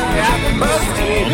From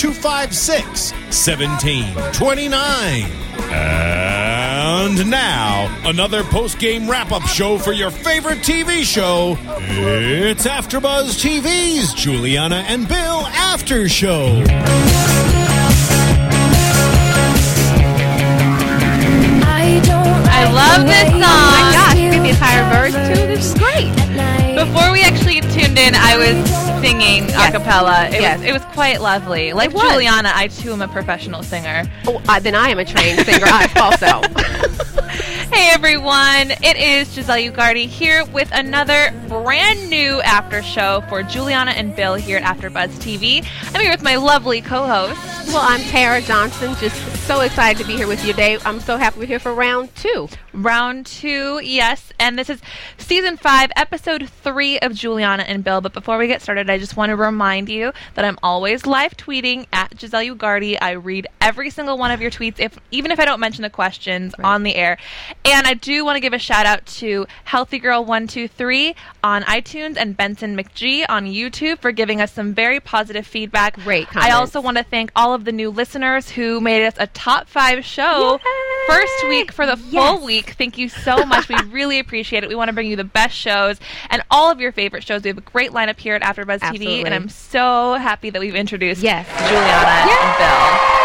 256 1729. And now, another post game wrap up show for your favorite TV show. It's AfterBuzz TV's Juliana and Bill After Show. I don't I love this song. Oh my gosh, you give the me entire verse verse too. This is great. Before we actually tuned in, I was singing a cappella. It, was, it was quite lovely. Like was. Juliana, I too am a professional singer. Oh, uh, then I am a trained singer I also. Hey everyone, it is Giselle Ugardi here with another brand new after show for Juliana and Bill here at AfterBuzz TV. I'm here with my lovely co-host. Well, I'm Tara Johnson. Just so excited to be here with you today. I'm so happy we're here for round two. Round two, yes, and this is season five, episode three of Juliana and Bill. But before we get started, I just want to remind you that I'm always live tweeting at Giselle Ugardi. I read every single one of your tweets, if even if I don't mention the questions on the air. And I do want to give a shout out to Healthy Girl One Two Three on iTunes and Benson McGee on YouTube for giving us some very positive feedback. Great I comments. also want to thank all of the new listeners who made us a top five show Yay! first week for the Yes. full week. Thank you so much. we really appreciate it. We want to bring you the best shows and all of your favorite shows. We have a great lineup here at AfterBuzz TV, Absolutely. and I'm so happy that we've introduced Yes. Juliana and Bill.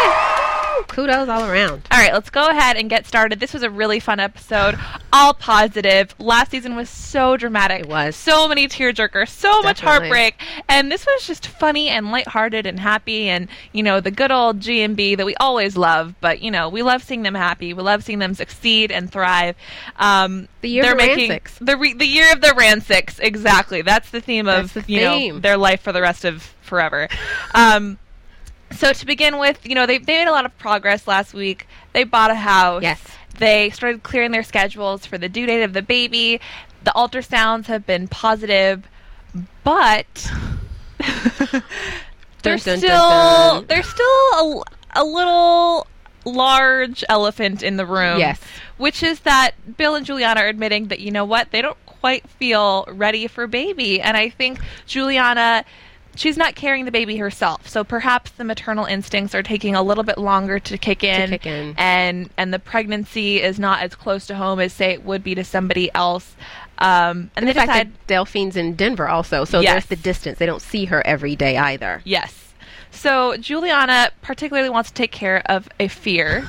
Kudos all around. All right, let's go ahead and get started. This was a really fun episode, all positive. Last season was so dramatic. It was. So many tearjerkers, so much Definitely. heartbreak. And this was just funny and lighthearted and happy and, you know, the good old G&B that we always love. But, you know, we love seeing them happy. We love seeing them succeed and thrive. Um, The year of they're the making- Rancics. The, re- the year of the Rancics, exactly. That's the theme of, That's the you know, theme. their life for the rest of forever. Um, so to begin with, you know, they they made a lot of progress last week. They bought a house. Yes. They started clearing their schedules for the due date of the baby. The ultrasounds have been positive, but Dun, there's dun, dun, still dun. there's still a, a little large elephant in the room. Yes. Which is that Bill and Juliana are admitting that you know what they don't quite feel ready for baby, and I think Juliana. She's not carrying the baby herself, so perhaps the maternal instincts are taking a little bit longer to kick in, kick in. and and the pregnancy is not as close to home as say it would be to somebody else. Um, and, they The fact decide, that Delphine's in Denver also, so Yes. there's the distance. They don't see her every day either. Yes. So Juliana particularly wants to take care of a fear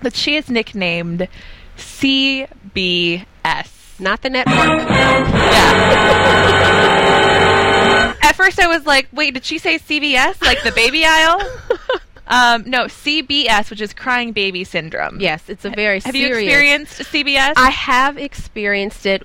that she has nicknamed CBS. Not the network. Yeah. At first, I was like, "Wait, did she say CBS? Like the baby aisle?" um, no, CBS, which is crying baby syndrome. Yes, it's a very Have you serious. experienced CBS? I have experienced it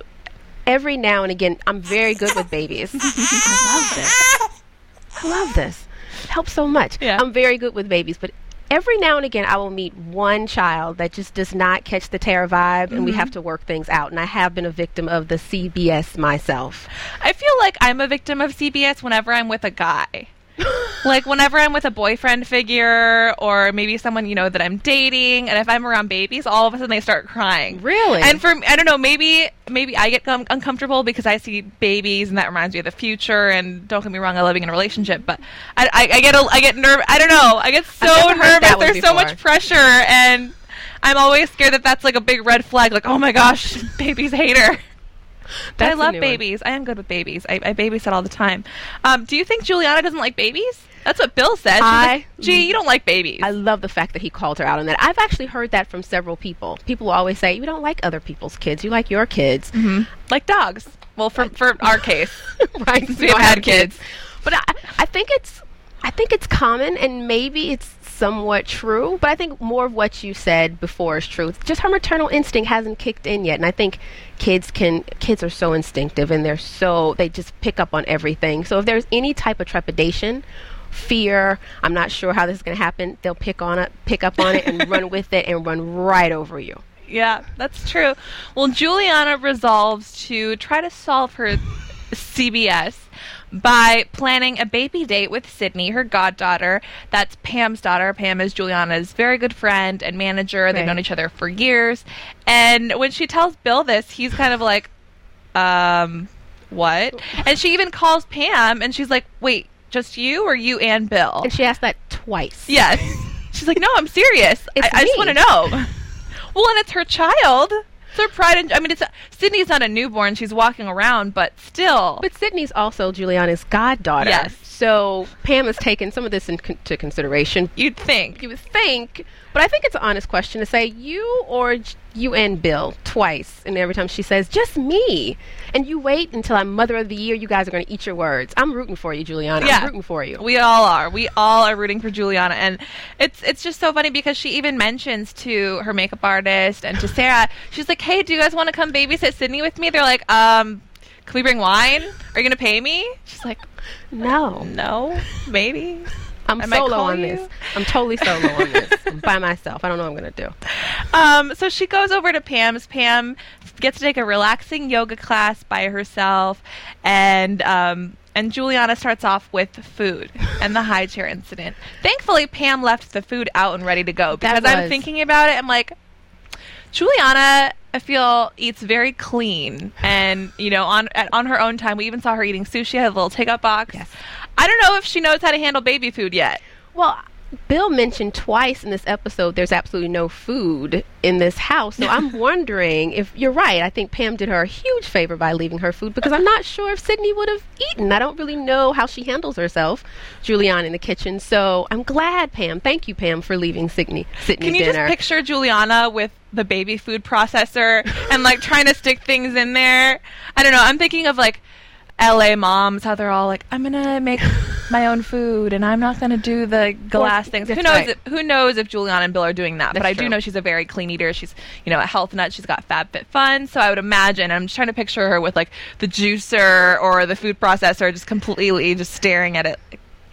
every now and again. I'm very good with babies. I love this. I love this. It helps so much. Yeah. I'm very good with babies, but every now and again I will meet one child that just does not catch the terror vibe and we have to work things out. And I have been a victim of the CBS myself. I feel like I'm a victim of CBS whenever I'm with a guy. like whenever I'm with a boyfriend figure or maybe someone you know that I'm dating, and if I'm around babies, all of a sudden they start crying. Really? And for I don't know, maybe maybe I get um, uncomfortable because I see babies, and that reminds me of the future. And don't get me wrong, I love being in a relationship, but I, I, I get a, I get nerve. I don't know. I get so never heard nervous. that one There's so before. much pressure and. I'm always scared that that's like a big red flag. Like, oh my gosh, babies hate her. But I That's a love new one. babies. I am good with babies. I, I babysit all the time. Um, do you think Juliana doesn't like babies? That's what Bill said. She's I- like, Gee, you don't like babies. I love the fact that he called her out on that. I've actually heard that from several people. People always say, You don't like other people's kids, you like your kids. like dogs. Well, for for our case, right? we have had kids. But I, I think it's I think it's common and maybe it's somewhat true, but I think more of what you said before is true. It's Just her maternal instinct hasn't kicked in yet. And I think kids can kids are so instinctive and they're so they just pick up on everything. So if there's any type of trepidation, fear, I'm not sure how this is going to happen, they'll pick on it, pick up on it and run with it and run right over you. yeah, that's true. Well, Juliana resolves to try to solve her CBS by planning a baby date with Sydney, her goddaughter. That's Pam's daughter. Pam is Juliana's very good friend and manager. They've Right. known each other for years. And when she tells Bill this, he's kind of like, um, what? And she even calls Pam and she's like, wait, just you or you and Bill? And she asked that twice. Yes. She's like, no, I'm serious. I, It's I just me." want to know. Well, and it's her child. It's her pride. And, I mean, it's Sydney's not a newborn. She's walking around, but still. But Sydney's also Juliana's goddaughter. Yes. So Pam has taken some of this into consideration. you'd think. You would think, but I think it's an honest question to say you or j- you and Bill twice. And every time she says, just me. And you wait until I'm mother of the year. You guys are going to eat your words. I'm rooting for you, Juliana. I'm rooting for you. We all are. We all are rooting for Juliana, and it's it's just so funny because she even mentions to her makeup artist and to Sarah, she's like, "Hey, do you guys want to come babysit Sydney with me?" They're like, "Um, can we bring wine? Are you gonna pay me?" She's like, no. "No, maybe." I'm I might solo call on you. this. I'm totally solo on this. I'm by myself. I don't know what I'm going to do. Um, so she goes over to Pam's. Pam gets to take a relaxing yoga class by herself, and um, and Juliana starts off with food and the high chair incident. Thankfully, Pam left the food out and ready to go because That I'm was- thinking about it. I'm like, Juliana, I feel eats very clean and you know on at, on her own time. We even saw her eating sushi. Had a little takeout box. Yes. I don't know if she knows how to handle baby food yet. Well, Bill mentioned twice in this episode there's absolutely no food in this house. So I'm wondering if you're right. I think Pam did her a huge favor by leaving her food because I'm not sure if Sydney would have eaten. I don't really know how she handles herself, Julianne, in the kitchen. So I'm glad, Pam. Thank you, Pam, for leaving Sydney, Sydney Can you dinner. just picture Juliana with the baby food processor and like trying to stick things in there? I don't know. I'm thinking of like LA moms, how they're all like, I'm gonna make my own food and I'm not gonna do the glass things. Who that's knows? right. If, who knows if Juliana and Bill are doing that? but That's I do true. know she's a very clean eater. She's you know a health nut. She's got FabFitFun, so I would imagine. I'm just trying to picture her with like the juicer or the food processor, just completely just staring at it.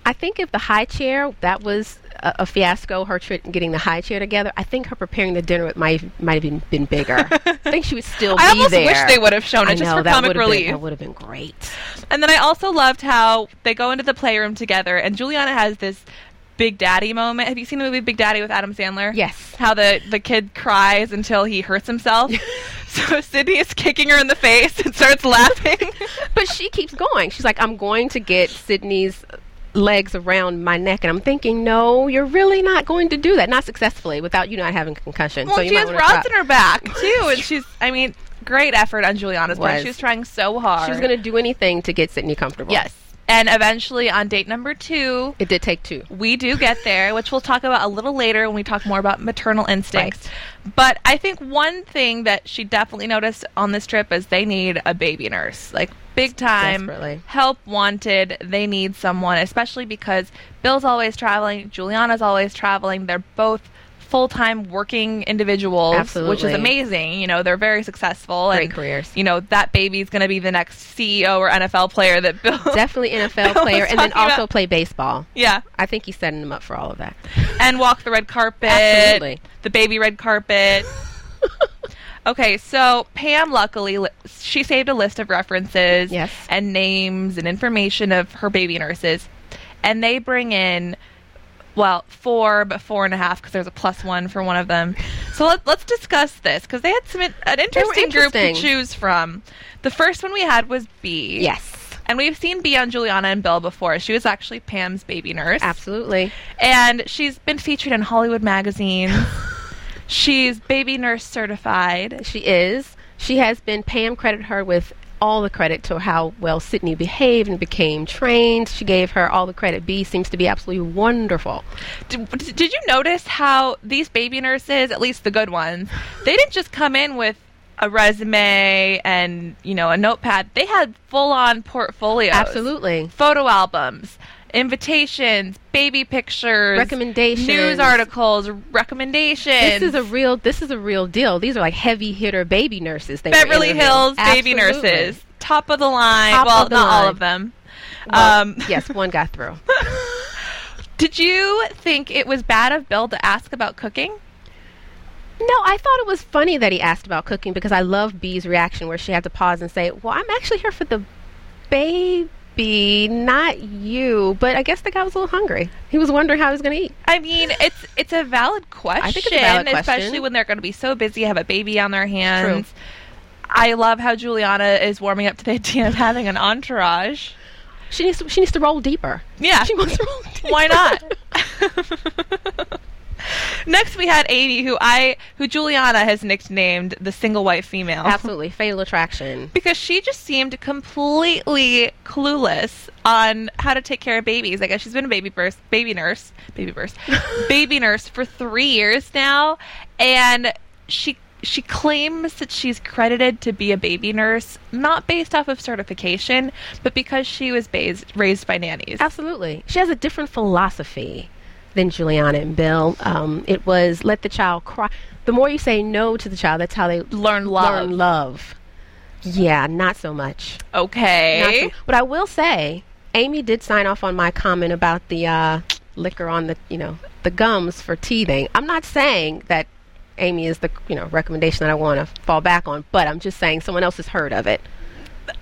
I think if the high chair that was a, a fiasco, her tri- getting the high chair together. I think her preparing the dinner it might might have been, been bigger. I think she would still. I be almost there. wish they would have shown it I just know, for that comic would have been- relief. that would have been great. And then I also loved how they go into the playroom together, and Juliana has this Big Daddy moment. Have you seen the movie Big Daddy with Adam Sandler? Yes. How the, the kid cries until he hurts himself. so Sydney is kicking her in the face and starts laughing. but she keeps going. She's like, I'm going to get Sydney's legs around my neck, and I'm thinking, no, you're really not going to do that, not successfully, without you not having a concussion. well, so you she might has wanna rods stop. in her back, too. And she's, I mean, great effort on Juliana's part. Was. She was trying so hard. She was going to do anything to get Sydney comfortable. Yes. And eventually, on date number two, it did take two. we do get there, which we'll talk about a little later when we talk more about maternal instincts. But I think one thing that she definitely noticed on this trip is they need a baby nurse, like big time Desperately. help wanted. They need someone, especially because Bill's always traveling, Juliana's always traveling. They're both full-time working individuals, which is Absolutely. amazing. You know, they're very successful. Great and, careers. You know, that baby's going to be the next CEO or NFL player that Bill. Definitely NFL Bill was player, and then talking also about- play baseball. yeah. I think he's setting them up for all of that. and walk the red carpet. Absolutely. The baby red carpet. okay, so Pam luckily li- she saved a list of references Yes. and names and information of her baby nurses, and they bring in. Well, four, but four and a half because there's a plus one for one of them. So let, let's discuss this because they had some in- an interesting, group to interesting. choose from. The first one we had was B. Yes, and we've seen B on Juliana and Bill before. She was actually Pam's baby nurse absolutely. and she's been featured in Hollywood magazine. she's baby nurse certified. She is. She has been. Pam credited her with all the credit to how well Sydney behaved and became trained. She gave her all the credit. B seems to be absolutely wonderful. Did, did you notice how these baby nurses, at least the good ones, they didn't just come in with a resume and you know a notepad. They had full on portfolios, Absolutely. photo albums, invitations, baby pictures, Recommendations. news articles, recommendations. This is a real. This is a real deal. These are like heavy hitter baby nurses. They were Beverly interviewing. Hills baby Absolutely. nurses, top of the line. Top well, of the not all line. of them. Well, um, yes, one got through. Did you think it was bad of Bill to ask about cooking? No, I thought it was funny that he asked about cooking because I love Bee's reaction where she had to pause and say, Well, I'm actually here for the baby, not you. But I guess the guy was a little hungry. He was wondering how he was going to eat. I mean, it's it's a valid question. think it's a valid especially question. when they're going to be so busy, have a baby on their hands. I love how Juliana is warming up to the idea of having an entourage. She needs to, she needs to roll deeper. Yeah. She wants to roll deeper. Why not? Next, we had Amy, who I who Juliana has nicknamed the single white female. Absolutely. Fatal attraction. because she just seemed completely clueless on how to take care of babies. I guess she's been a baby birth, baby nurse, baby birth, baby nurse for three years now, and she she claims that she's credited to be a baby nurse not based off of certification, but because she was based, raised by nannies. Absolutely. She has a different philosophy than Juliana and Bill. Um, it was let the child cry. The more you say no to the child, that's how they Learn love. learn love. Yeah, not so much. Not Okay. some- but I will say, Amy did sign off on my comment about the uh, liquor on the, you know, the gums for teething. I'm not saying that Amy is the, you know, recommendation that I want to fall back on, but I'm just saying someone else has heard of it.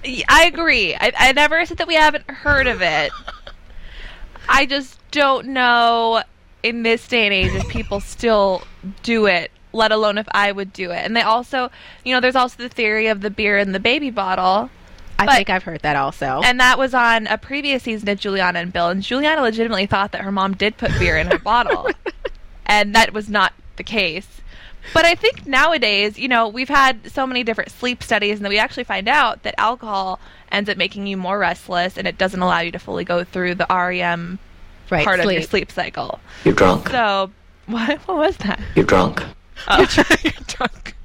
Y- I agree. I, I never said that we haven't heard of it. I just don't know in this day and age if people still do it, let alone if I would do it. And they also, you know, there's also the theory of the beer in the baby bottle. I But- think I've heard that also. And that was on a previous season of Juliana and Bill. And Juliana legitimately thought that her mom did put beer in her bottle. And that was not the case. But I think nowadays, you know, we've had so many different sleep studies, and that we actually find out that alcohol ends up making you more restless and it doesn't allow you to fully go through the REM right, part of sleep. your sleep cycle. You're drunk. So, what, what was that? Oh. You're drunk. You're drunk.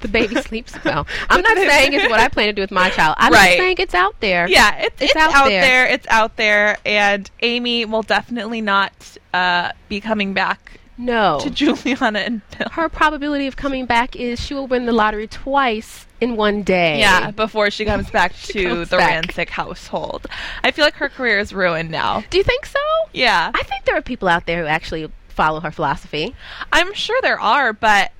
The baby sleeps well. I'm not saying it's what I plan to do with my child. I'm Right. just saying it's out there. Yeah, it's, it's, out, out there. there. It's out there. And Amy will definitely not uh, be coming back No. to Juliana and Bill. Her probability of coming back is she will win the lottery twice in one day. Yeah, before she comes back to comes the back. Rancic household. I feel like her career is ruined now. Do you think so? Yeah. I think there are people out there who actually follow her philosophy. I'm sure there are, but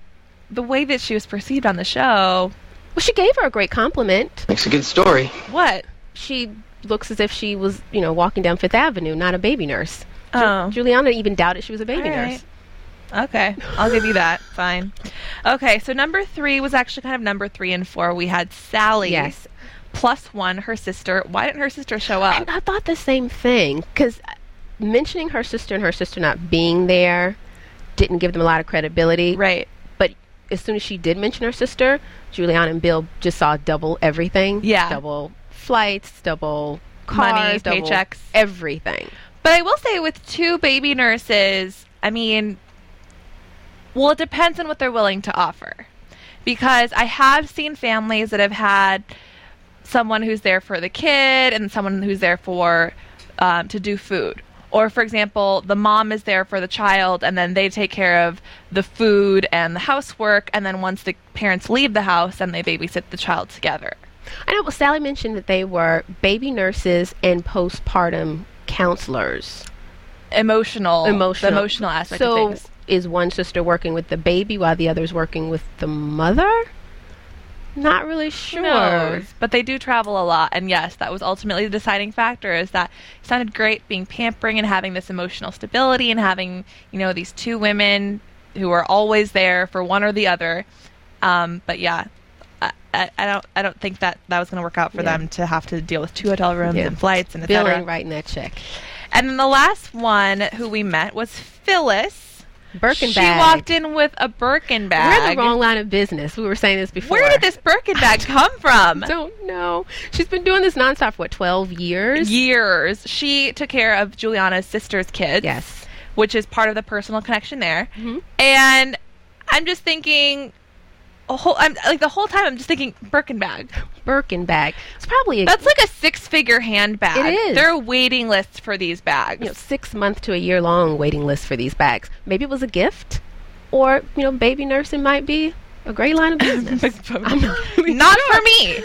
the way that she was perceived on the show, Well, she gave her a great compliment. Makes a good story. what? She looks as if she was, you know, walking down Fifth Avenue, not a baby nurse. Ju- Oh. Juliana even doubted she was a baby All right. nurse. Okay, I'll give you that. Fine. Okay, so number three was actually kind of number three and four. We had Sally. Yes. Plus one, her sister. Why didn't her sister show And up? I thought the same thing because mentioning her sister and her sister not being there didn't give them a lot of credibility. Right. But as soon as she did mention her sister, Juliana and Bill just saw double everything. Yeah. Double flights, double cars, Money, double paychecks. everything. But I will say, with two baby nurses, I mean, well, it depends on what they're willing to offer. Because I have seen families that have had someone who's there for the kid and someone who's there for um, to do food. Or, for example, the mom is there for the child and then they take care of the food and the housework. And then once the parents leave the house, then they babysit the child together. I know. Well, Sally mentioned that they were baby nurses and postpartum counselors. Emotional, Emotional, Oh, the emotional aspect So, of things. is one sister working with the baby while the other's working with the mother? Not really Who sure. knows? But they do travel a lot, and yes, that was ultimately the deciding factor. Is that it sounded great being pampering and having this emotional stability and having you know these two women who are always there for one or the other. Um, but yeah, I, I, I don't I don't think that that was going to work out for Yeah. them to have to deal with two hotel rooms Yeah. and flights and etc. Billing writing that check. And then the last one who we met was Phyllis. Birkin she bag. walked in with a Birkin bag. We're in the wrong line of business. We were saying this before. Where did this Birkin bag come from? Don't know. She's been doing this nonstop for what, 12 years? years. She took care of Juliana's sister's kids. Yes. Mm-hmm. Which is part of the personal connection there. And I'm just thinking a whole. I'm like the whole time. I'm just thinking Birkin bag. Birkin bag. It's probably a That's like a six-figure handbag. It is. There are waiting lists for these bags. you know, six month to a year long waiting list for these bags. Maybe it was a gift, or you know, baby nursing might be a great line of business. I'm not, really Not sure. for me,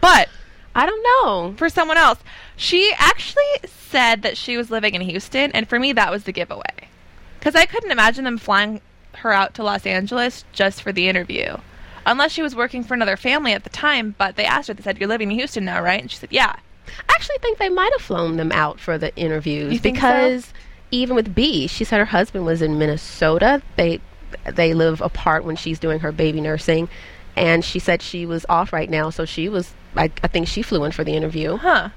but I don't know. for someone else. She actually said that she was living in Houston, and for me, that was the giveaway. Because I couldn't imagine them flying her out to Los Angeles just for the interview. Unless she was working for another family at the time, but they asked her, they said, You're living in Houston now, right? And she said, Yeah. I actually think they might have flown them out for the interviews You think so? because even with B, she said her husband was in Minnesota. They they live apart when she's doing her baby nursing, and she said she was off right now, so she was. I, I think she flew in for the interview. Huh.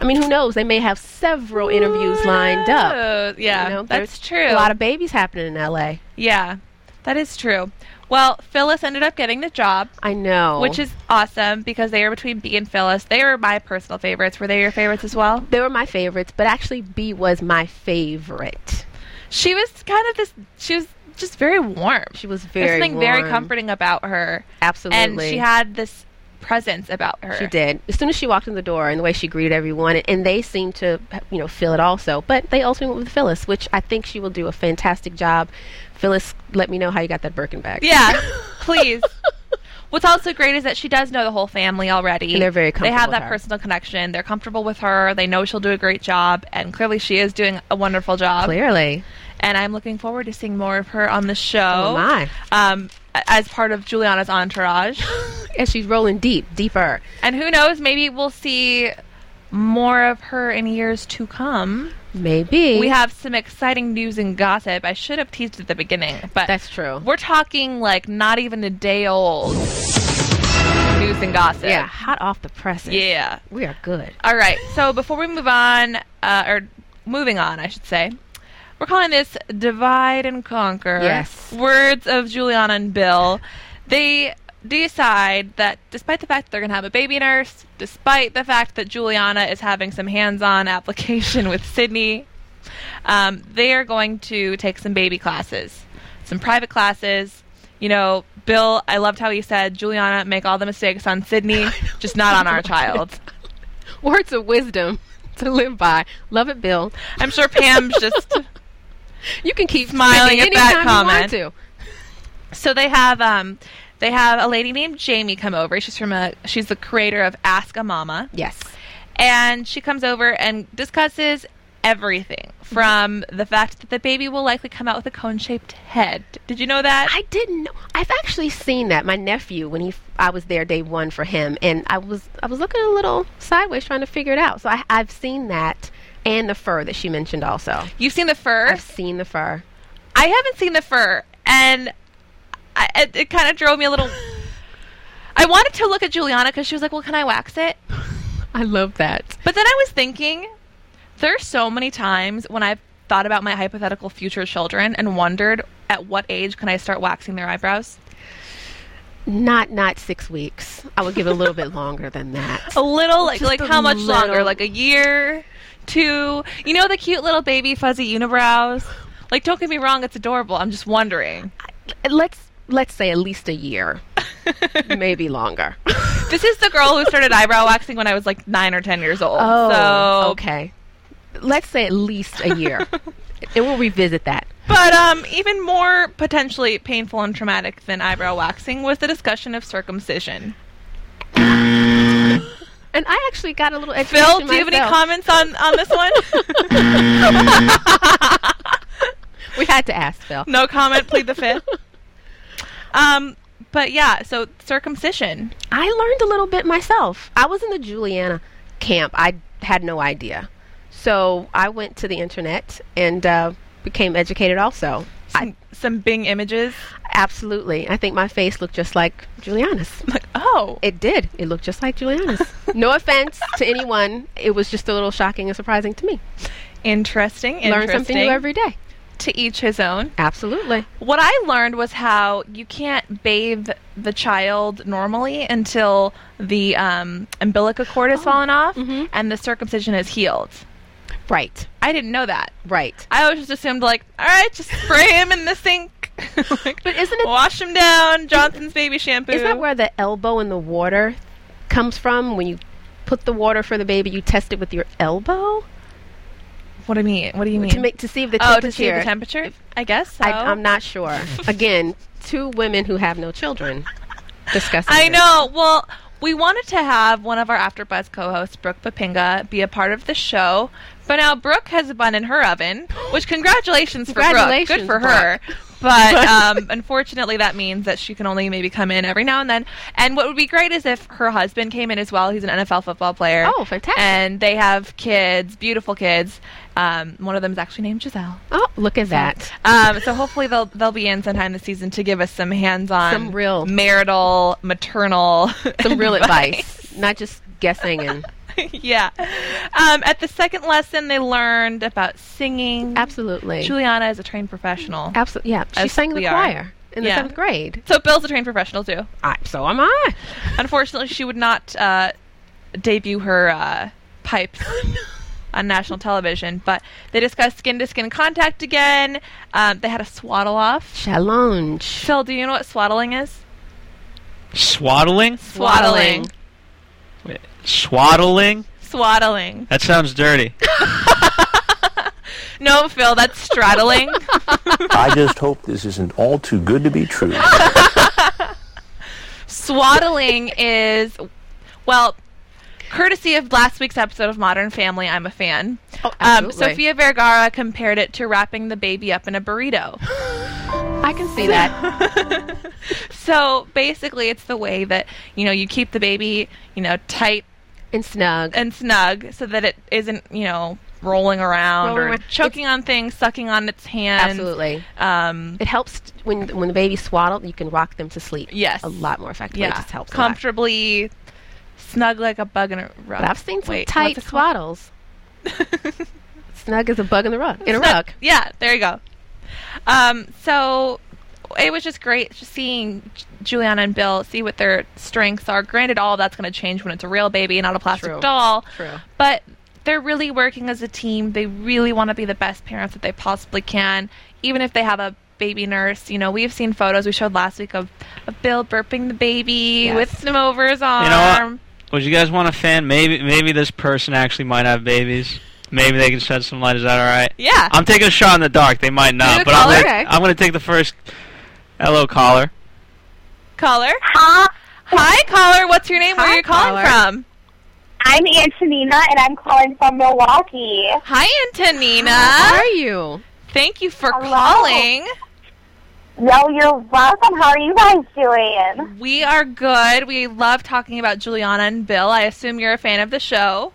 I mean, who knows? They may have several interviews lined up. Oh, yeah, You know, that's there's true. A lot of babies happening in LA. yeah, that is true. Well, Phyllis ended up getting the job, I know. which is awesome because they were between B and Phyllis. They were my personal favorites. Were they your favorites as well? they were my favorites, but actually B was my favorite. she was kind of this she was just very warm She was very there's something very warm. comforting about her Absolutely. and she had this presence about her She did. As soon as she walked in the door and the way she greeted everyone, and, and they seemed to, you know, feel it also. But they ultimately went with Phyllis, which I think she will do a fantastic job. Phyllis, let me know how you got that Birkin bag. yeah please what's also great is that she does know the whole family already And they're very they have comfortable with that her. personal connection they're comfortable with her they know she'll do a great job and clearly she is doing a wonderful job Clearly. and i'm looking forward to seeing more of her on the show Oh, my. um a- as part of juliana's entourage And she's rolling deep, deeper. And who knows, maybe we'll see more of her in years to come. Maybe. We have some exciting news and gossip. I should have teased at the beginning, but That's true. We're talking like not even a day old news and gossip. yeah, hot off the presses. Yeah. We are good. All right. So before we move on, uh, or moving on, I should say, we're calling this divide and conquer. Yes. Words of Juliana and Bill. They decide that despite the fact that they're going to have a baby nurse, despite the fact that Juliana is having some hands on application with Sydney, um, they are going to take some baby classes, some private classes. You know, Bill, I loved how he said, Juliana, make all the mistakes on Sydney, just not on our child. Words of wisdom to live by. Love it, Bill. I'm sure Pam's just. You can keep Smiling speaking at that anytime you want comment. to. So they have um, they have a lady named Jamie come over. She's from a she's the creator of Ask a Mama, Yes. and she comes over and discusses everything from the fact that the baby will likely come out with a cone shaped head. Did you know that? I didn't know. I've actually seen that. My nephew, when he, f- I was there day one for him, and I was, I was looking a little sideways trying to figure it out. So I, I've seen that, and the fur that she mentioned also. You've seen the fur. I've seen the fur. I haven't seen the fur, and I, it, it kind of drove me a little. I wanted to look at Juliana because she was like, "Well, can I wax it?" I love that. But then I was thinking, there's so many times when I've thought about my hypothetical future children and wondered at what age can I start waxing their eyebrows? Not, not six weeks. I would give it a little bit longer than that. A little, like, Just like a how much longer? little. Like a year, two. You know the cute little baby fuzzy unibrows. Like, don't get me wrong, it's adorable. I'm just wondering. Let's, let's say at least a year, maybe longer. This is the girl who started eyebrow waxing when I was like nine or ten years old. so, Oh, okay. Let's say at least a year, and we'll revisit that. But um, even more potentially painful and traumatic than eyebrow waxing was the discussion of circumcision. And I actually got a little education Bill, do you have any myself. comments on, on this one? We had to ask Phil. no comment, plead the fifth. Um, but yeah, so circumcision. I learned a little bit myself. I was in the Juliana camp. I had no idea. So I went to the internet and uh, became educated also. Some, some Bing images. Absolutely. I think my face looked just like Juliana's. Like, oh, It did. It looked just like Juliana's. no offense to anyone. It was just a little shocking and surprising to me. interesting, interesting. Learn something new every day. To each his own. Absolutely. What I learned was how you can't bathe the child normally until the um, umbilical cord Oh, has fallen off mm-hmm. and the circumcision is healed. Right. I didn't know that. Right. I always just assumed like, all right, just spray him in the sink. Like, But isn't it- wash them down? Johnson's baby shampoo. Is that where the elbow in the water comes from? When you put the water for the baby, you test it with your elbow What do you mean? What do you mean? to make to see if the oh, temperature. to see the temperature. I guess. So. I, I'm not sure. Again, two women who have no children discussing. I this. know. Well, we wanted to have one of our AfterBuzz co-hosts, Brooke Papinga, be a part of the show, but now Brooke has a bun in her oven. Which congratulations, for Brooke. Congratulations, Good for her. But um, unfortunately, that means that she can only maybe come in every now and then. And what would be great is if her husband came in as well. He's an NFL football player. Oh, fantastic. And they have kids, beautiful kids. Um, one of them is actually named Giselle. Oh, look at that. Um, so hopefully they'll they'll be in sometime this season to give us some hands-on, Some real- marital, maternal, Some real advice, not just guessing and yeah. Um, at the second lesson, they learned about singing. absolutely, Juliana is a trained professional. absolutely. Yeah, she As sang the we are. choir in the Yeah. um, seventh grade. so Bill's a trained professional too. I, so am I. Unfortunately, she would not uh, debut her uh, pipes on national television. But they discussed skin-to-skin contact again. Um, they had a swaddle off. Challenge. Phil, do you know what swaddling is? Swaddling? Swaddling. Wait, Swaddling? Swaddling. That sounds dirty. No, Phil, that's straddling. I just hope this isn't all too good to be true. Swaddling is, well, courtesy of last week's episode of Modern Family, I'm a fan. Oh, Um, absolutely. Sofia Vergara compared it to wrapping the baby up in a burrito. I can see that. So basically, it's the way that you know you keep the baby, you know, tight And snug. and snug, so that it isn't, you know, rolling around Rolling or around. choking on things, sucking on its hands. Absolutely. Um, It helps t- when when the baby's swaddled. You can rock them to sleep. Yes. a lot more effectively. yeah, It just helps. a lot. comfortably, snug like a bug in a rug. But I've seen some Wait, tight what's it called? swaddles. Snug as a bug in the rug. In a rug. Yeah, there you go. Um, so it was just great just seeing J- Juliana and Bill see what their strengths are. Granted, all that's going to change when it's a real baby and not a plastic True. doll. True. But they're really working as a team. They really want to be the best parents that they possibly can, even if they have a baby nurse. You know, we've seen photos we showed last week of, of Bill burping the baby Yes. with him over his arm. You know what? Would you guys want a fan? Maybe maybe this person actually might have babies. Maybe they can shed some light. Is that all right? Yeah. I'm taking a shot in the dark. They might Do the not, but I'm caller? gonna, Okay. I'm gonna take the first. Hello, caller. caller. Hi. caller. What's your name? Where Hi, are you calling caller. from? I'm Antonina, and I'm calling from Milwaukee. Hi, Antonina. How are you? Thank you for Hello. calling. No, you're welcome. How are you guys doing? We are good. We love talking about Juliana and Bill. I assume you're a fan of the show.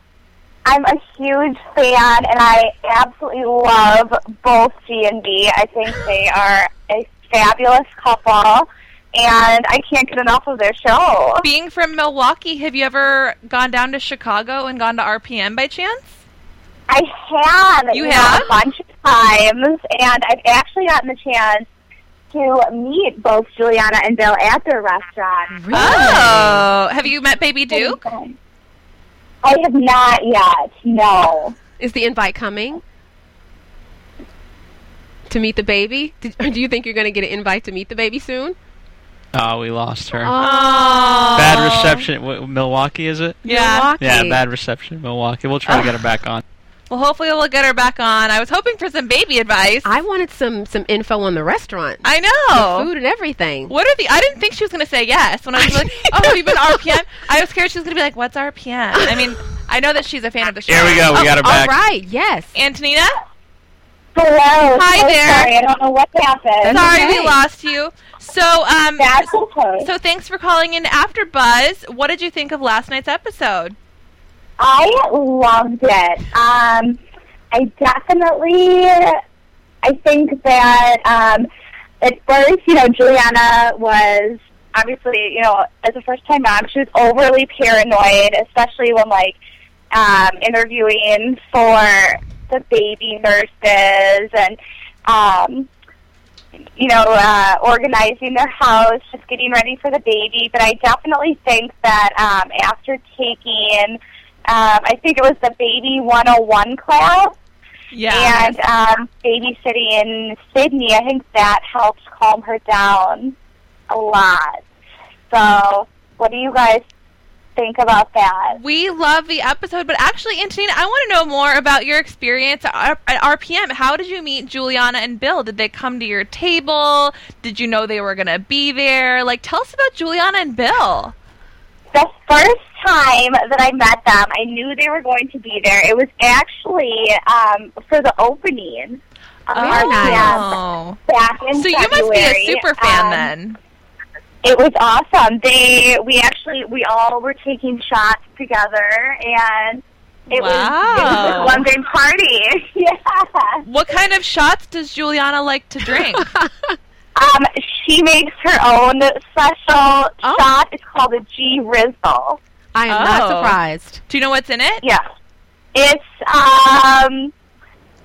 I'm a huge fan, and I absolutely love both G and B. I think they are a fabulous couple, and I can't get enough of their show. Being from Milwaukee, have you ever gone down to Chicago and gone to RPM by chance? I have. You know, have? a bunch of times, and I've actually gotten the chance to meet both Juliana and Bill at their restaurant. Really? Oh, have you met Baby Duke? I have not yet. No. Is the invite coming? To meet the baby? Did, or do you think you're going to get an invite to meet the baby soon? Oh, we lost her. Oh, Bad reception. W- Milwaukee, is it? Yeah. Milwaukee. Yeah, bad reception. Milwaukee. We'll try to get her back on. Well, hopefully we'll get her back on. I was hoping for some baby advice. I wanted some some info on the restaurant, I know. food, and everything. What are the? I didn't think she was going to say yes when I was like, "Oh, have you been to RPM?" I was scared she was going to be like, "What's RPM?" I mean, I know that she's a fan of the show. Here we go. We got All her back. right. Yes. Antonina. Hello. Hi so there. Sorry, I don't know what happened. Sorry, okay. we lost you. So, um, That's okay. so thanks for calling in after Buzz. What did you think of last night's episode? I loved it. Um, I definitely, I think that um, at first, you know, Juliana was obviously, you know, as a first-time mom, she was overly paranoid, especially when like um, interviewing for the baby nurses and. Um, you know, uh, organizing their house, just getting ready for the baby. But I definitely think that um, after taking, um, I think it was the baby 101 class, Yeah. and um, babysitting in Sydney. I think that helps calm her down a lot. So, what do you guys think about that? We love the episode, but actually, Antonina, I want to know more about your experience at at RPM. How did you meet Juliana and Bill? Did they come to your table? Did you know they were going to be there? Like, tell us about Juliana and Bill. the first time that I met them, I knew they were going to be there. It was actually um, for the opening of RPM Oh. back in So you must be a Oh, February. super fan Um, then. It was awesome. They we actually we all were taking shots together, and it was it was Wow. like one big party. yeah. What kind of shots does Juliana like to drink? Um, she makes her own special shot. It's called a G Rizzle. I am not Oh. surprised. Do you know what's in it? Yeah. It's um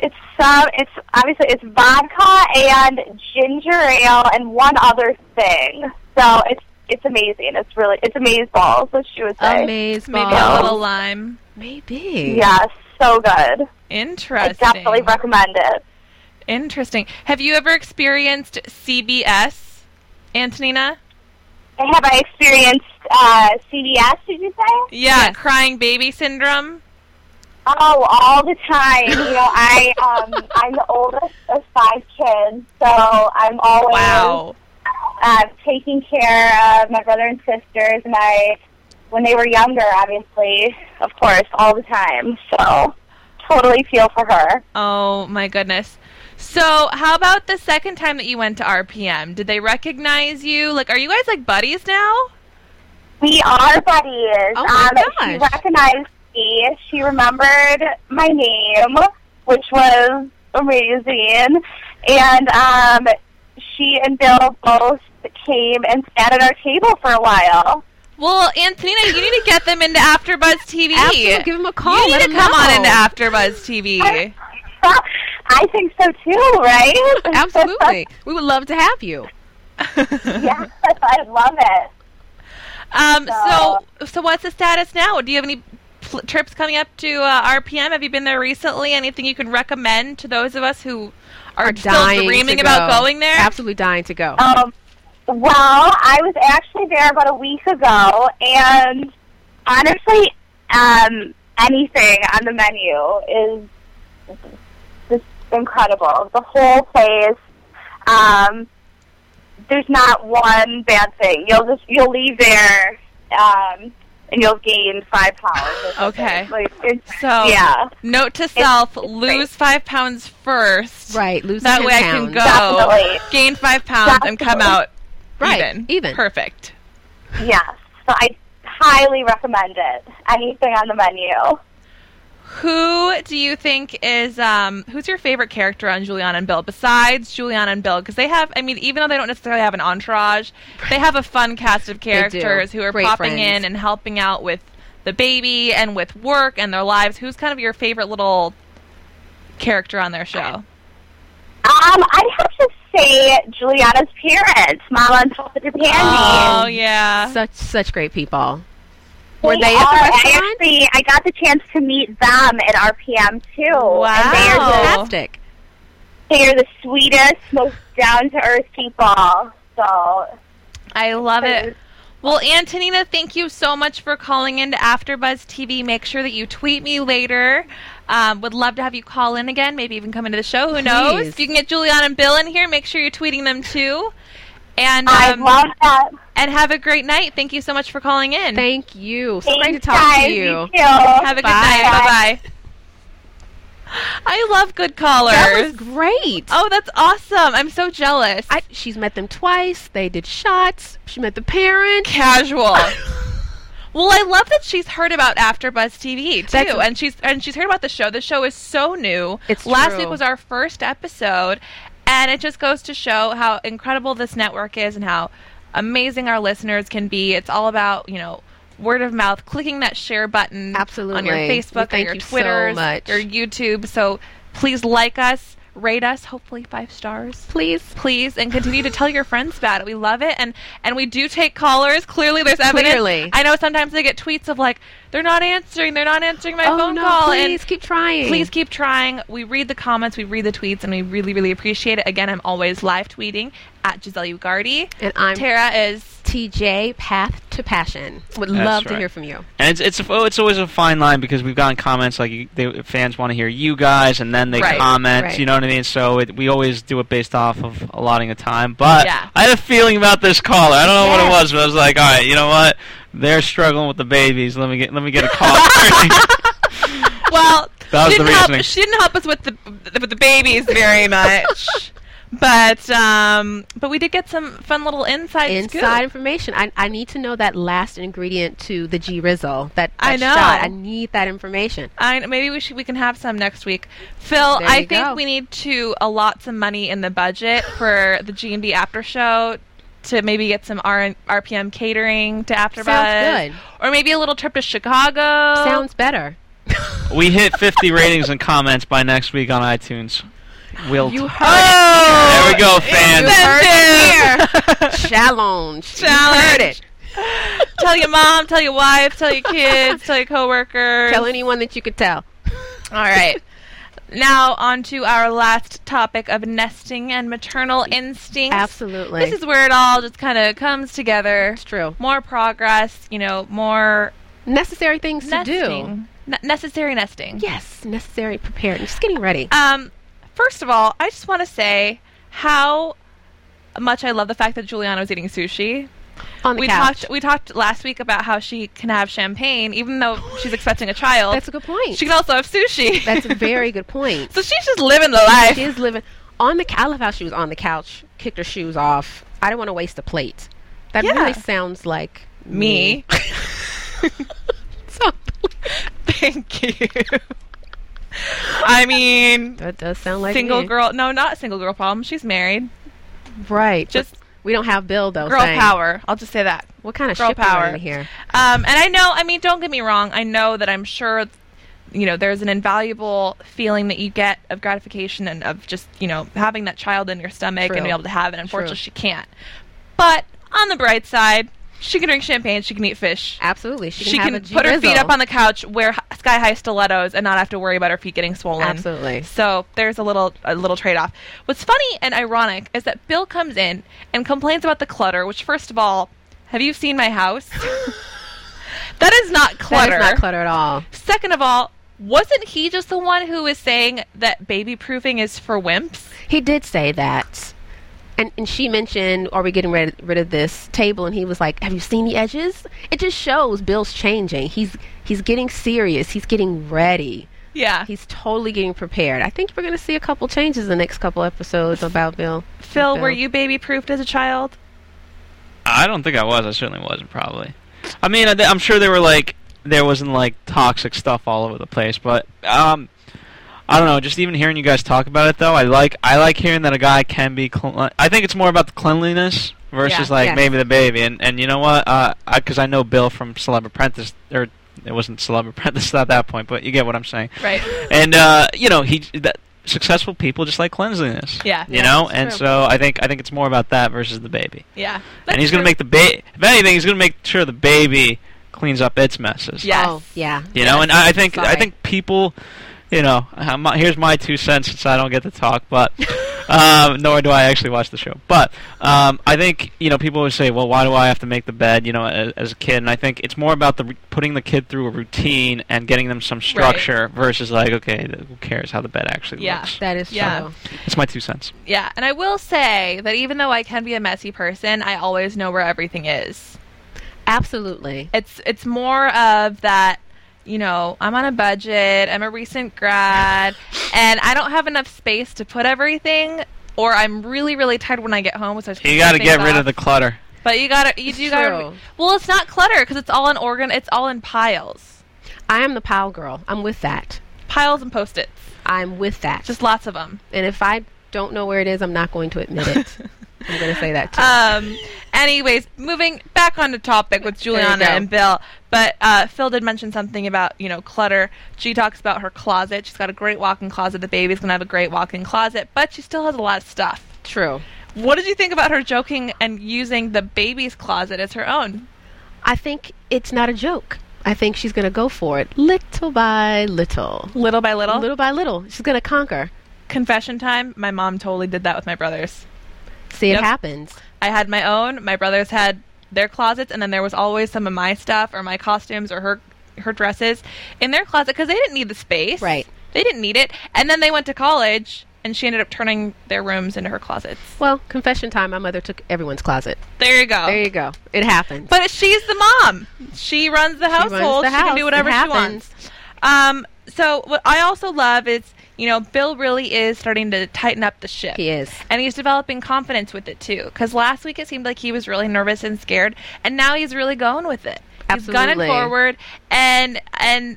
it's some it's obviously it's vodka and ginger ale and one other thing. So it's it's amazing. It's really it's amazing balls, what she would say. Amaze Maybe a ball. little lime. Maybe. Yeah, so good. I Interesting. definitely recommend it. Interesting. Have you ever experienced CBS, Antonina? Have I experienced uh, CBS, did you say? Yeah, crying baby syndrome. Oh, all the time. You know, I um, I'm the oldest of five kids, so I'm always Wow. uh, taking care of my brother and sisters and I when they were younger, obviously, of course, all the time. So totally feel for her. Oh my goodness. So, how about the second time that you went to RPM? Did they recognize you? Like, are you guys like buddies now? We are buddies. Oh um, my She gosh. recognized me. She remembered my name, which was amazing. And um, she and Bill both came and sat at our table for a while. Well, Antonina, you need to get them into AfterBuzz TV. Absolutely. Give him a call. You need Let to him come on know. into AfterBuzz TV. I think so too, right? Absolutely. we would love to have you. yes, I love it. Um, so, so what's the status now? Do you have any pl- trips coming up to uh, RPM? Have you been there recently? Anything you can recommend to those of us who are, dying still to dreaming about go. going there? Oh. Absolutely dying to go. Um, well, I was actually there about a week ago, and honestly, um, anything on the menu is just incredible. The whole place, um, there's not one bad thing. You'll just you'll leave there, um, and you'll gain five pounds. or something. Okay. Like, it's, So, yeah, note to self: lose great. five pounds first. right. Lose That 10 way I can pounds. go Definitely. gain five pounds and come Definitely. out Right, even. even. Perfect. yes. So I highly recommend it. Anything on the menu. Who do you think is um, who's your favorite character on Juliana and Bill besides Juliana and Bill? Because they have, I mean, even though they don't necessarily have an entourage, they have a fun cast of characters who are Great popping in friends. and helping out with the baby and with work and their lives. Who's kind of your favorite little character on their show? Um, I'd have to say Juliana's parents, Mama and Papa Japani. Oh yeah, Such such great people. They were they at the are- restaurant? I actually, I got the chance to meet them at RPM too. And they are, Wow. the, Fantastic. they are the sweetest, most down to earth people. So I love it. Well, Antonina, thank you so much for calling in to AfterBuzz TV. Make sure that you tweet me later. Um, would love to have you call in again, maybe even come into the show. Who knows? Please. If you can get Juliana and Bill in here, make sure you're tweeting them too. And I um, love that. and have a great night. Thank you so much for calling in. Thank you. So Thanks, great to talk guys. to you. too. have a good Bye. night. Bye bye. I love good callers. That was great. oh, that's awesome. I'm so jealous. I, she's met them twice. They did shots. She met the parent. casual. well, I love that she's heard about AfterBuzz TV too, That's- and she's and she's heard about the show. The show is so new. It's last true. week was our first episode, and it just goes to show how incredible this network is and how amazing our listeners can be. It's all about you know. Word of mouth, clicking that share button on Absolutely. your We Facebook or thank your you so Twitter, much. your YouTube. So please like us, rate us, hopefully five stars, please, please, and continue to tell your friends about it. We love it, and and we do take callers. Clearly, there's evidence. Clearly. I know sometimes they get tweets of like they're not answering, they're not answering my oh phone no! call, please and keep trying. Please keep trying. We read the comments, we read the tweets, and we really, really appreciate it. Again, I'm always live tweeting at Giselle Ugardi. And I'm- Tara is TJ Path to Passion. Would That's love to right. hear from you. And it's it's a- oh, it's always a fine line because we've gotten comments like you- they, fans want to hear you guys, and then they Right, comment. right. You know what I mean? So it, we always do it based off of allotting a time. But Yeah. I had a feeling about this caller. I don't know what it Yes. was, but I was like, all right, you know what? They're struggling with the babies. Let me get let me get a call. well. That was she the didn't help. reasoning. She didn't help us with the with the babies very much. But um, but we did get some fun little inside scoop. Inside information. I, I need to know that last ingredient to the G Rizzle. That, that I know. shot. I need that information. I, maybe we should we can have some next week. Phil, There I you think go. we need to allot some money in the budget for the G and B after show to maybe get some R- RPM catering to AfterBuzz. Sounds good. Or maybe a little trip to Chicago. Sounds better. we hit 50 ratings and comments by next week on iTunes. Wilt. You heard Oh, there we go, fans. it. Challenge. You heard Challenge. it. tell your mom, tell your wife, tell your kids, tell your coworkers. Tell anyone that you could tell. All right. Now on to our last topic of nesting and maternal instincts. Absolutely. This is where it all just kind of comes together. It's true. More progress, you know, more Necessary things to do. nesting. Ne- necessary nesting. Yes, necessary preparedness. Just getting ready. Um, first of all, I just want to say how much I love the fact that Juliana was eating sushi. On the We couch. talked we talked last week about how she can have champagne even though she's expecting a child. That's a good point. She can also have sushi. That's a very good point. so she's just living the life. She is living on the. cou- I love how she was on the couch, kicked her shoes off. I didn't want to waste a plate. That Yeah. really sounds like me. So- Thank you. I mean, that does sound like single me. girl. No, not single girl problem. She's married. Right. Just Just we don't have Bill though. girl thanks. power. I'll just say that. What kind of Girl ship are we power. in here? Um, and I know. I mean, don't get me wrong. I know that I'm sure. You know, there's an invaluable feeling that you get of gratification and of just you know having that child in your stomach and True. be able to have it. Unfortunately, True. she can't. But on the bright side, she can drink champagne. She can eat fish. Absolutely. She can, she have can a put her feet G-Rizzle. up on the couch, wear h- sky high stilettos, and not have to worry about her feet getting swollen. Absolutely. So there's a little a little trade off. What's funny and ironic is that Bill comes in and complains about the clutter. Which, first of all, have you seen my house? that is not That clutter. is not clutter at all. Second of all, wasn't he just the one who was saying that baby proofing is for wimps? He did say that. And, and she mentioned, are we getting rid, rid of this table? And he was like, have you seen the edges? It just shows Bill's changing. He's he's getting serious. He's getting ready. Yeah. He's totally getting prepared. I think we're going to see a couple changes in the next couple episodes about Bill. Phil, Bill. were you baby proofed as a child? I don't think I was. I certainly wasn't. Probably. I mean, I, am sure there were like there wasn't like toxic stuff all over the place, but um, I don't know. Just even hearing you guys talk about it, though, I like I like hearing that a guy can be. Cl- I think it's more about the cleanliness versus Yeah, like yes. maybe the baby, and and you know what? Uh, because I, know Bill from Celeb Apprentice, or it wasn't Celeb Apprentice at that point, but you get what I'm saying. Right. And uh, you know he that successful people just like cleanliness. Yeah. You Yeah, know, that's and true. so I think I think it's more about that versus the baby Yeah. and he's gonna make the baby. If anything, he's gonna make sure the baby cleans up its messes. Yes. Oh, yeah. You know, and I, I think I Sorry. think people, you know, I'm not- here's my two cents since I don't get to talk, but um, nor do I actually watch the show. But um, I think you know people always say, well, why do I have to make the bed? You know, as, as a kid, and I think it's more about the r- putting the kid through a routine and getting them some structure versus like, okay, th- who cares how the bed actually Yeah. looks? That is Yeah. true. That's my two cents. Yeah, and I will say that even though I can be a messy person, I always know where everything is. Absolutely. It's it's more of that, you know, I'm on a budget, I'm a recent grad, and I don't have enough space to put everything or I'm really really tired when I get home, so I just You put got to things get rid off. of the clutter. But you got to you do got to True. Well, it's not clutter because it's all in organ, it's all in piles. I am the pile girl. I'm with that. Piles and post-its. I'm with that. Just lots of them. and if I don't know where it is, I'm not going to admit it. I'm going to say that too. Um, anyways, moving back on to topic with you Juliana go. and Bill, but uh, Phil did mention something about you know clutter. She talks about her closet. She's got a great walk-in closet. The baby's gonna have a great walk-in closet, but she still has a lot of stuff. True. What did you think about her joking and using the baby's closet as her own? I think it's not a joke. I think she's going to go for it little by little. Little by little. Little by little. She's going to conquer. Confession time. My mom totally did that with my brothers. See, Yep. it happens. I had my own. My brothers had their closets, and then there was always some of my stuff or my costumes or her her dresses in their closet because they didn't need the space. Right. They didn't need it. And then they went to college, and she ended up turning their rooms into her closets. Well, confession time. My mother took everyone's closet. There you go. There you go. It happens. But she's the mom. She runs the runs household. the She, can house. do It whatever she happens. wants. Um, so what I also love is you know Bill really is starting to tighten up the ship. He is. and he's developing confidence with it too. Because last week it seemed like he was really nervous and scared, and now he's really going with it. He's gunning Absolutely. forward, and and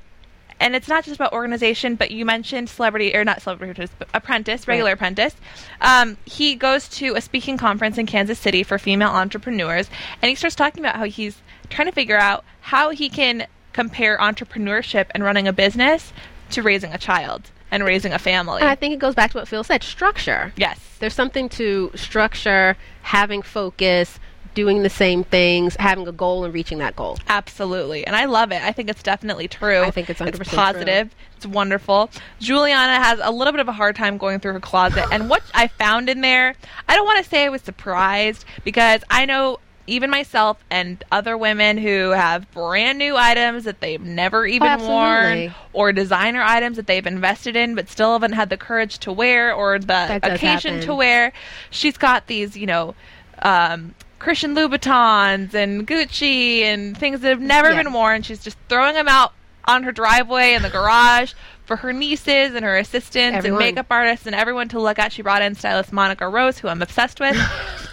and it's not just about organization, but you mentioned celebrity or not celebrity apprentice, but apprentice, regular Right. apprentice. Um, he goes to a speaking conference in Kansas City for female entrepreneurs, and he starts talking about how he's trying to figure out how he can compare entrepreneurship and running a business to raising a child and raising a family. and I think it goes back to what Phil said structure. yes. There's something to structure, having focus, doing the same things, having a goal and reaching that goal. Absolutely. And I love it. I think it's definitely true. I think it's 100% It's true. positive. It's wonderful. Juliana has a little bit of a hard time going through her closet. and what I found in there, I don't want to say I was surprised because I know even myself and other women who have brand new items that they've never even worn Oh, absolutely. or designer items that they've invested in but still haven't had the courage to wear or the That does occasion to happen. wear. She's got these, you know, um, Christian Louboutins and Gucci and things that have never Yeah. been worn. She's just throwing them out on her driveway in the garage for her nieces and her assistants Everyone. and makeup artists and everyone to look at. She brought in stylist Monica Rose, who I'm obsessed with,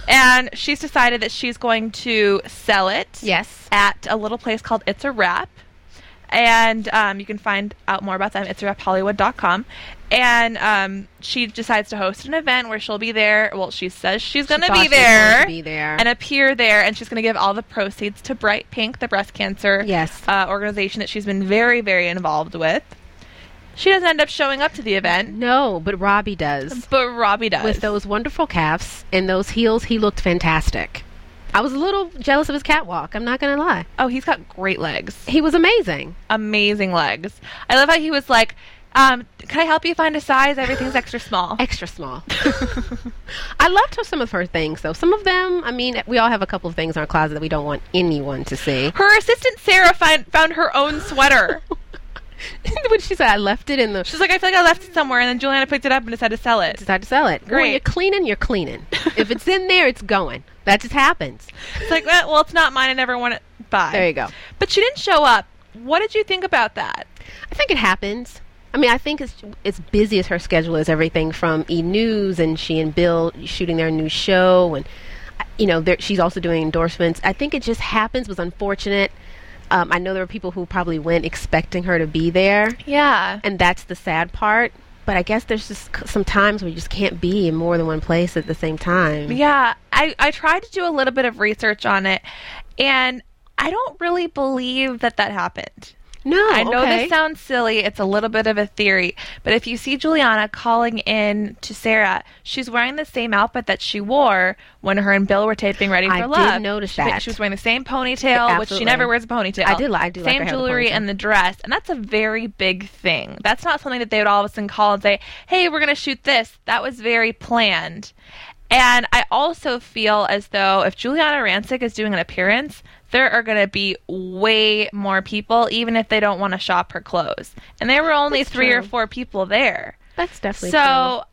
and she's decided that she's going to sell it Yes. at a little place called It's a Wrap. And um, you can find out more about them. It's a wraphollywood.com. And um, she decides to host an event where she'll be there. Well, she says she's going to thought be she was going there to be there. and appear there. And she's going to give all the proceeds to Bright Pink, the breast cancer Yes. uh, organization that she's been very, very involved with. She doesn't end up showing up to the event, No, but Robbie does. but Robbie does. With those wonderful calves and those heels, he looked fantastic. I was a little jealous of his catwalk. I'm not going to lie. oh, he's got great legs. He was amazing. amazing legs. I love how he was like, um, "Can I help you find a size? Everything's extra small." Extra small. I loved her, some of her things, though. Some of them, I mean, we all have a couple of things in our closet that we don't want anyone to see. Her assistant Sarah find, found her own sweater. when she said, I left it in the. She's like, "I feel like I left it somewhere," and then Juliana picked it up and decided to sell it. decide to sell it. Well, Great. When you're cleaning, you're cleaning. if it's in there, it's going. That just happens. It's like, eh, "Well, it's not mine. I never want it." Bye. There you go. But she didn't show up. What did you think about that? I think it happens. I mean, I think it's it's busy as her schedule is. Everything from E News and she and Bill shooting their new show, and you know, there- she's also doing endorsements. I think it just happens. Was unfortunate. Um, I know there were people who probably went expecting her to be there, Yeah. and that's the sad part. But I guess there's just c- some times where you just can't be in more than one place at the same time. Yeah, I, I tried to do a little bit of research on it, and I don't really believe that that happened. No, I know okay. this sounds silly. It's a little bit of a theory, but if you see Juliana calling in to Sarah, she's wearing the same outfit that she wore when her and Bill were taping Ready for I did Love. notice She- that. she was wearing the same ponytail, which she Absolutely. never wears a ponytail. I did li- I do like same her hair with a jewelry ponytail. and the dress, and that's a very big thing. That's not something that they would all of a sudden call and say, "Hey, we're going to shoot this." That was very planned. And I also feel as though if Juliana Rancic is doing an appearance, there are going to be way more people, even if they don't want to shop her clothes. And there were only That's three or true. four people there. That's definitely true. So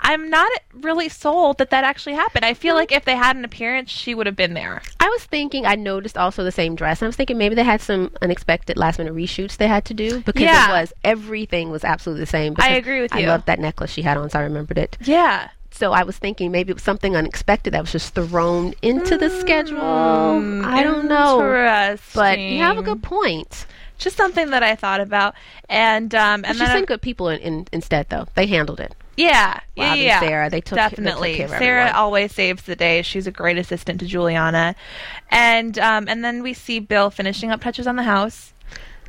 I'm not really sold that that actually happened. I feel like if they had an appearance, she would have been there. I was thinking, I noticed also the same dress. And I was thinking maybe they had some unexpected last minute reshoots they had to do because Yeah. it was everything was absolutely the same. I because agree with I you. loved that necklace she had on, so I remembered it. Yeah. So I was thinking maybe it was something unexpected that was just thrown into the schedule. Mm, I don't know. But you have a good point. Just something that I thought about, and um, and And then she sent good people in, in, instead, though. They handled it. Yeah, yeah, Rob and yeah. Sarah. They took- they took definitely. care of Sarah everyone. always saves the day. She's a great assistant to Juliana, and um, and then we see Bill finishing up touches on the house,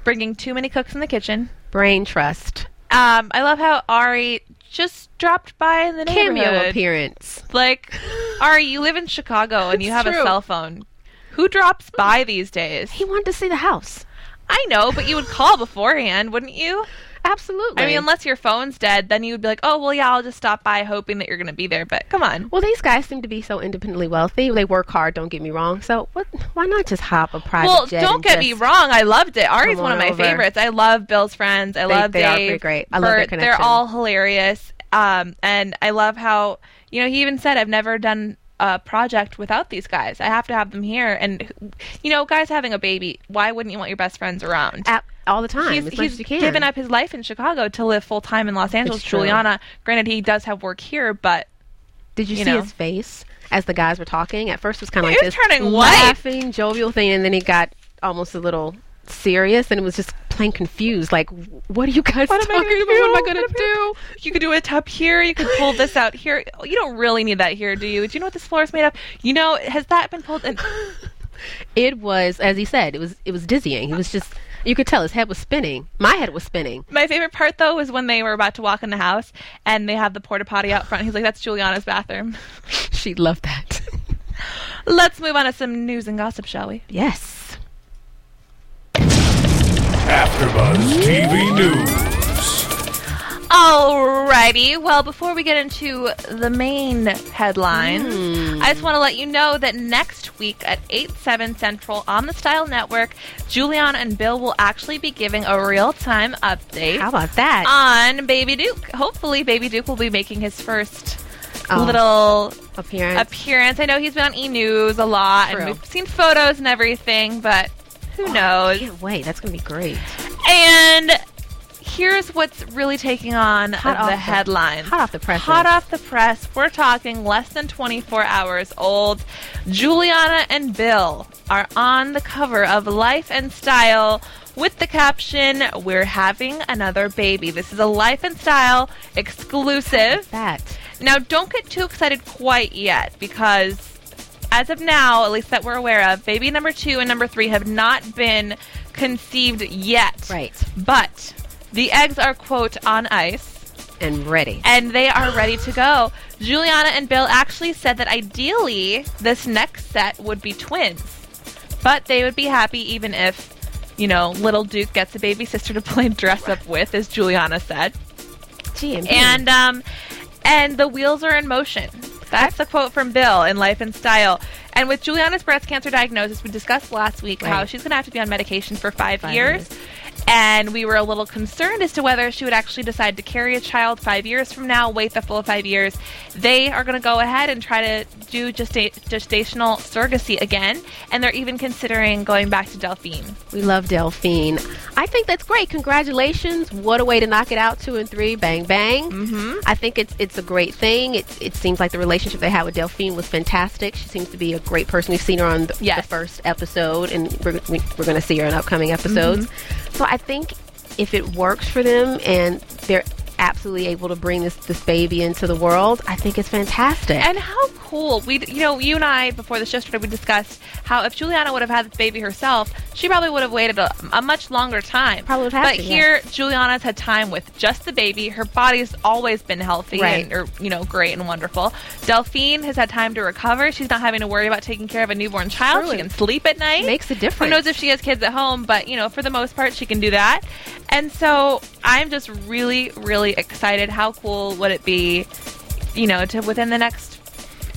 bringing too many cooks in the kitchen. Brain trust. Um, I love how Ari just dropped by in the Cameo neighborhood. appearance. Like, Ari, you live in Chicago and you It's have a true. cell phone. Who drops by these days? He wanted to see the house. I know, but you would call beforehand, wouldn't you? Absolutely. I mean, unless your phone's dead, then you would be like, oh, well, yeah, I'll just stop by hoping that you're going to be there. But come on. well, these guys seem to be so independently wealthy. They work hard. Don't get me wrong. So, what? Why not just hop a private Well, jet? don't and get just- me wrong. I loved it. Ari's Come one of on my over. favorites. I love Bill's friends. I They- love they are Dave. pretty great. I love their Bert. They're connection. all hilarious. Um, and I love how you know he even said, "I've never done a project without these guys. I have to have them here." And you know, guys having a baby, why wouldn't you want your best friends around? At, all the time. He's, as much he's as you can. given up his life in Chicago to live full time in Los Angeles. true. Juliana, granted, he does have work here, but Did you, you see know. his face as the guys were talking? At first, it was kind of He like was this turning white. laughing, jovial thing, and then he got almost a little serious, and it was just plain confused. Like, what are you guys What am I talking gonna do? about? What am I What gonna am I do? You could do it up here. You could pull this out here. You don't really need that here, do you? Do you know what this floor is made of? You know, has that been pulled? And It was, as he said, it was it was dizzying. He was just, you could tell his head was spinning. My head was spinning. my favorite part though was when they were about to walk in the house and they have the porta potty out front. He's like, "That's Juliana's bathroom." She loved that. Let's move on to some news and gossip, shall we? yes. AfterBuzz TV News. Alrighty. Well, before we get into the main headlines, I just want to let you know that next week at 8, 7 central on the Style Network, Juliana and Bill will actually be giving a real time update. How about that? Um, on Baby Duke. Hopefully, Baby Duke will be making his first Oh. little Appearance. appearance. I know he's been on E News a lot, True. and we've seen photos and everything, but who knows? Can't wait. That's gonna be great. And here's what's really taking on Hot off the the- headlines. hot off the presses. Hot off the press. We're talking less than 24 hours old. Juliana and Bill are on the cover of Life and Style with the caption, We're having another baby. This is a Life and Style exclusive. That. Now, don't get too excited quite yet because, as of now, at least that we're aware of, baby number two and number three have not been conceived yet. Right. But the eggs are, quote, on ice And ready. and they are ready to go. Juliana and Bill actually said that ideally this next set would be twins, but they would be happy even if, you know, little Duke gets a baby sister to play dress up with, as Juliana said. G And um, and the wheels are in motion. That's the quote from Bill in Life and Style. And with Juliana's breast cancer diagnosis, we discussed last week how Right. she's going to have to be on medication for five, Five years. And we were a little concerned as to whether she would actually decide to carry a child five years from now, wait the full five years. They are going to go ahead and try to do gesta- gestational surrogacy again. And they're even considering going back to Delphine. We love Delphine. I think that's great. Congratulations. What a way to knock it out. Two and three. Bang, bang. Mm-hmm. I think it's it's a great thing. It, it seems like the relationship they had with Delphine was fantastic. She seems to be a great person. We've seen her on the, Yes. the first episode, and we're, we- we're going to see her in upcoming episodes. So I think if it works for them and they're absolutely able to bring this, this baby into the world, I think it's fantastic. And how cool. We you know, you and I before the show started we discussed how if Juliana would have had this baby herself, she probably would have waited a, a much longer time. Probably would have But to, yeah. here Juliana's had time with just the baby. Her body's always been healthy Right. and or, you know, great and wonderful. Delphine has had time to recover. She's not having to worry about taking care of a newborn child. True. She can sleep at night. Makes a Who difference. knows if she has kids at home, but you know, for the most part, she can do that. And so I'm just really, really excited. How cool would it be, you know, to within the next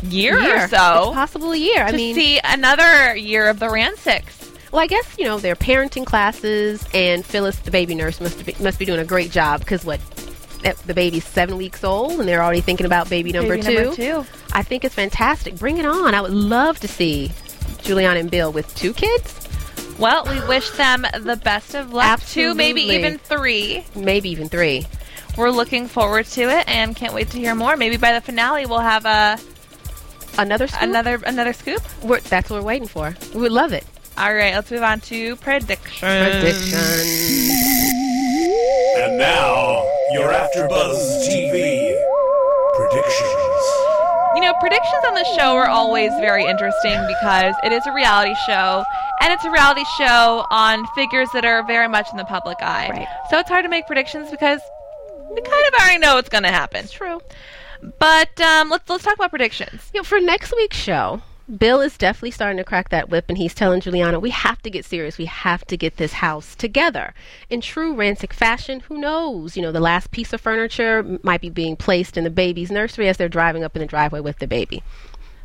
year, or It's so possible a year. I to mean, see another year of the Rancics? Well, I guess you know their parenting classes, and Phyllis, the baby nurse, must be, must be doing a great job because what eh, the baby's seven weeks old, and they're already thinking about baby number, Baby two. number two. I think it's fantastic. Bring it on! I would love to see Juliana and Bill with two kids, Well, we wish them the best of luck. Two, maybe Absolutely. even three. maybe even three. We're looking forward to it and can't wait to hear more. Maybe by the finale, we'll have a Another school? another another scoop. We're, that's what we're waiting for. We would love it. All right, let's move on to Um, predictions. Prediction. And now, your AfterBuzz TV predictions. You know, predictions on the show are always very interesting because it is a reality show, and it's a reality show on figures that are very much in the public eye. Right. So it's hard to make predictions because we kind of already know what's going to happen. True. But um, let's let's talk about predictions. You know, for next week's show, Bill is definitely starting to crack that whip, and he's telling Juliana, "We have to get serious. We have to get this house together." In true rancic fashion, who knows? You know, the last piece of furniture m- might be being placed in the baby's nursery as they're driving up in the driveway with the baby.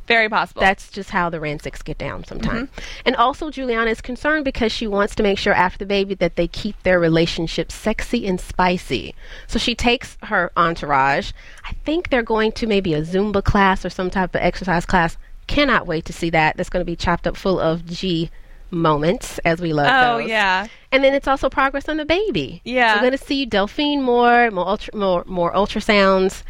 Very possible. That's just how the rancics get down sometimes. Mm-hmm. And also, Juliana is concerned because she wants to make sure after the baby that they keep their relationship sexy and spicy. So she takes her entourage. I think they're going to maybe a Zumba class or some type of exercise class. Cannot wait to see that. That's going to be chopped up full of G moments as we love oh those. yeah. And then it's also progress on the baby. Yeah. We're going to see Delphine more, more, ultra, more, more ultrasounds,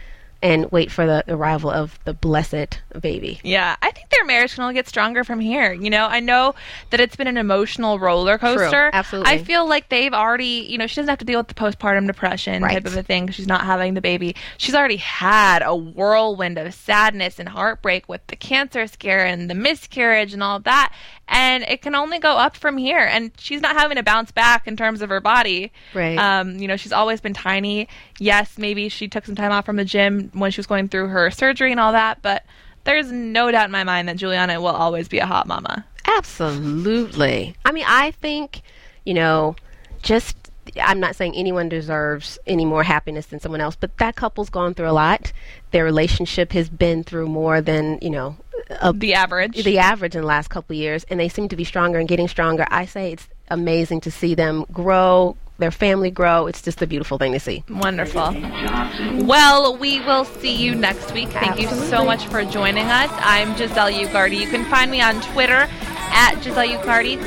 and wait for the arrival of the blessed baby. Yeah, I think their marriage can only get stronger from here. You know, I know that it's been an emotional roller coaster. Absolutely. I feel like they've already, you know, she doesn't have to deal with the postpartum depression Right. type of a thing. She's not having the baby. She's already had a whirlwind of sadness and heartbreak with the cancer scare and the miscarriage and all that. And it can only go up from here. And she's not having to bounce back in terms of her body. Right. Um, you know, she's always been tiny. Yes, maybe she took some time off from the gym when she was going through her surgery and all that, but there's no doubt in my mind that Juliana will always be a hot mama. Absolutely. I mean, I think, you know, just I'm not saying anyone deserves any more happiness than someone else, but that couple's gone through a lot. Their relationship has been through more than, you know, a, The average. the average in the last couple of years, and they seem to be stronger and getting stronger. I say it's amazing to see them grow, their family grow. It's just a beautiful thing to see. Wonderful. Johnson. Well, we will see you next week. Thank you so much for joining us. I'm Giselle Ugardi. You can find me on Twitter at Giselle Ugardi.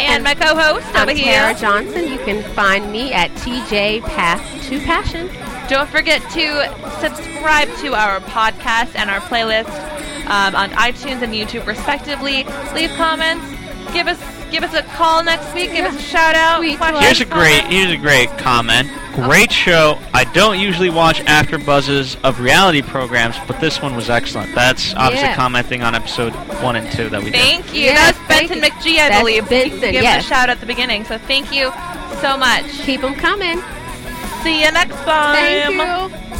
And my co-host I'm over here. Tara Johnson. You can find me at TJ Path to Passion. Don't forget to subscribe to our podcast and our playlist um, on iTunes and YouTube, respectively. Leave comments. Give us give us a call next week. Give us a shout out. Question, Here's a great comment. here's a great comment. Great show. I don't usually watch after buzzes of reality programs, but this one was excellent. That's obviously Yeah. commenting on episode one and two that we did. Thank you. Yes, That's thank Benton you. McGee, I That's believe. Benson, Give yes. us a shout out at the beginning. So thank you so much. Keep them coming. See you next time. Thank you.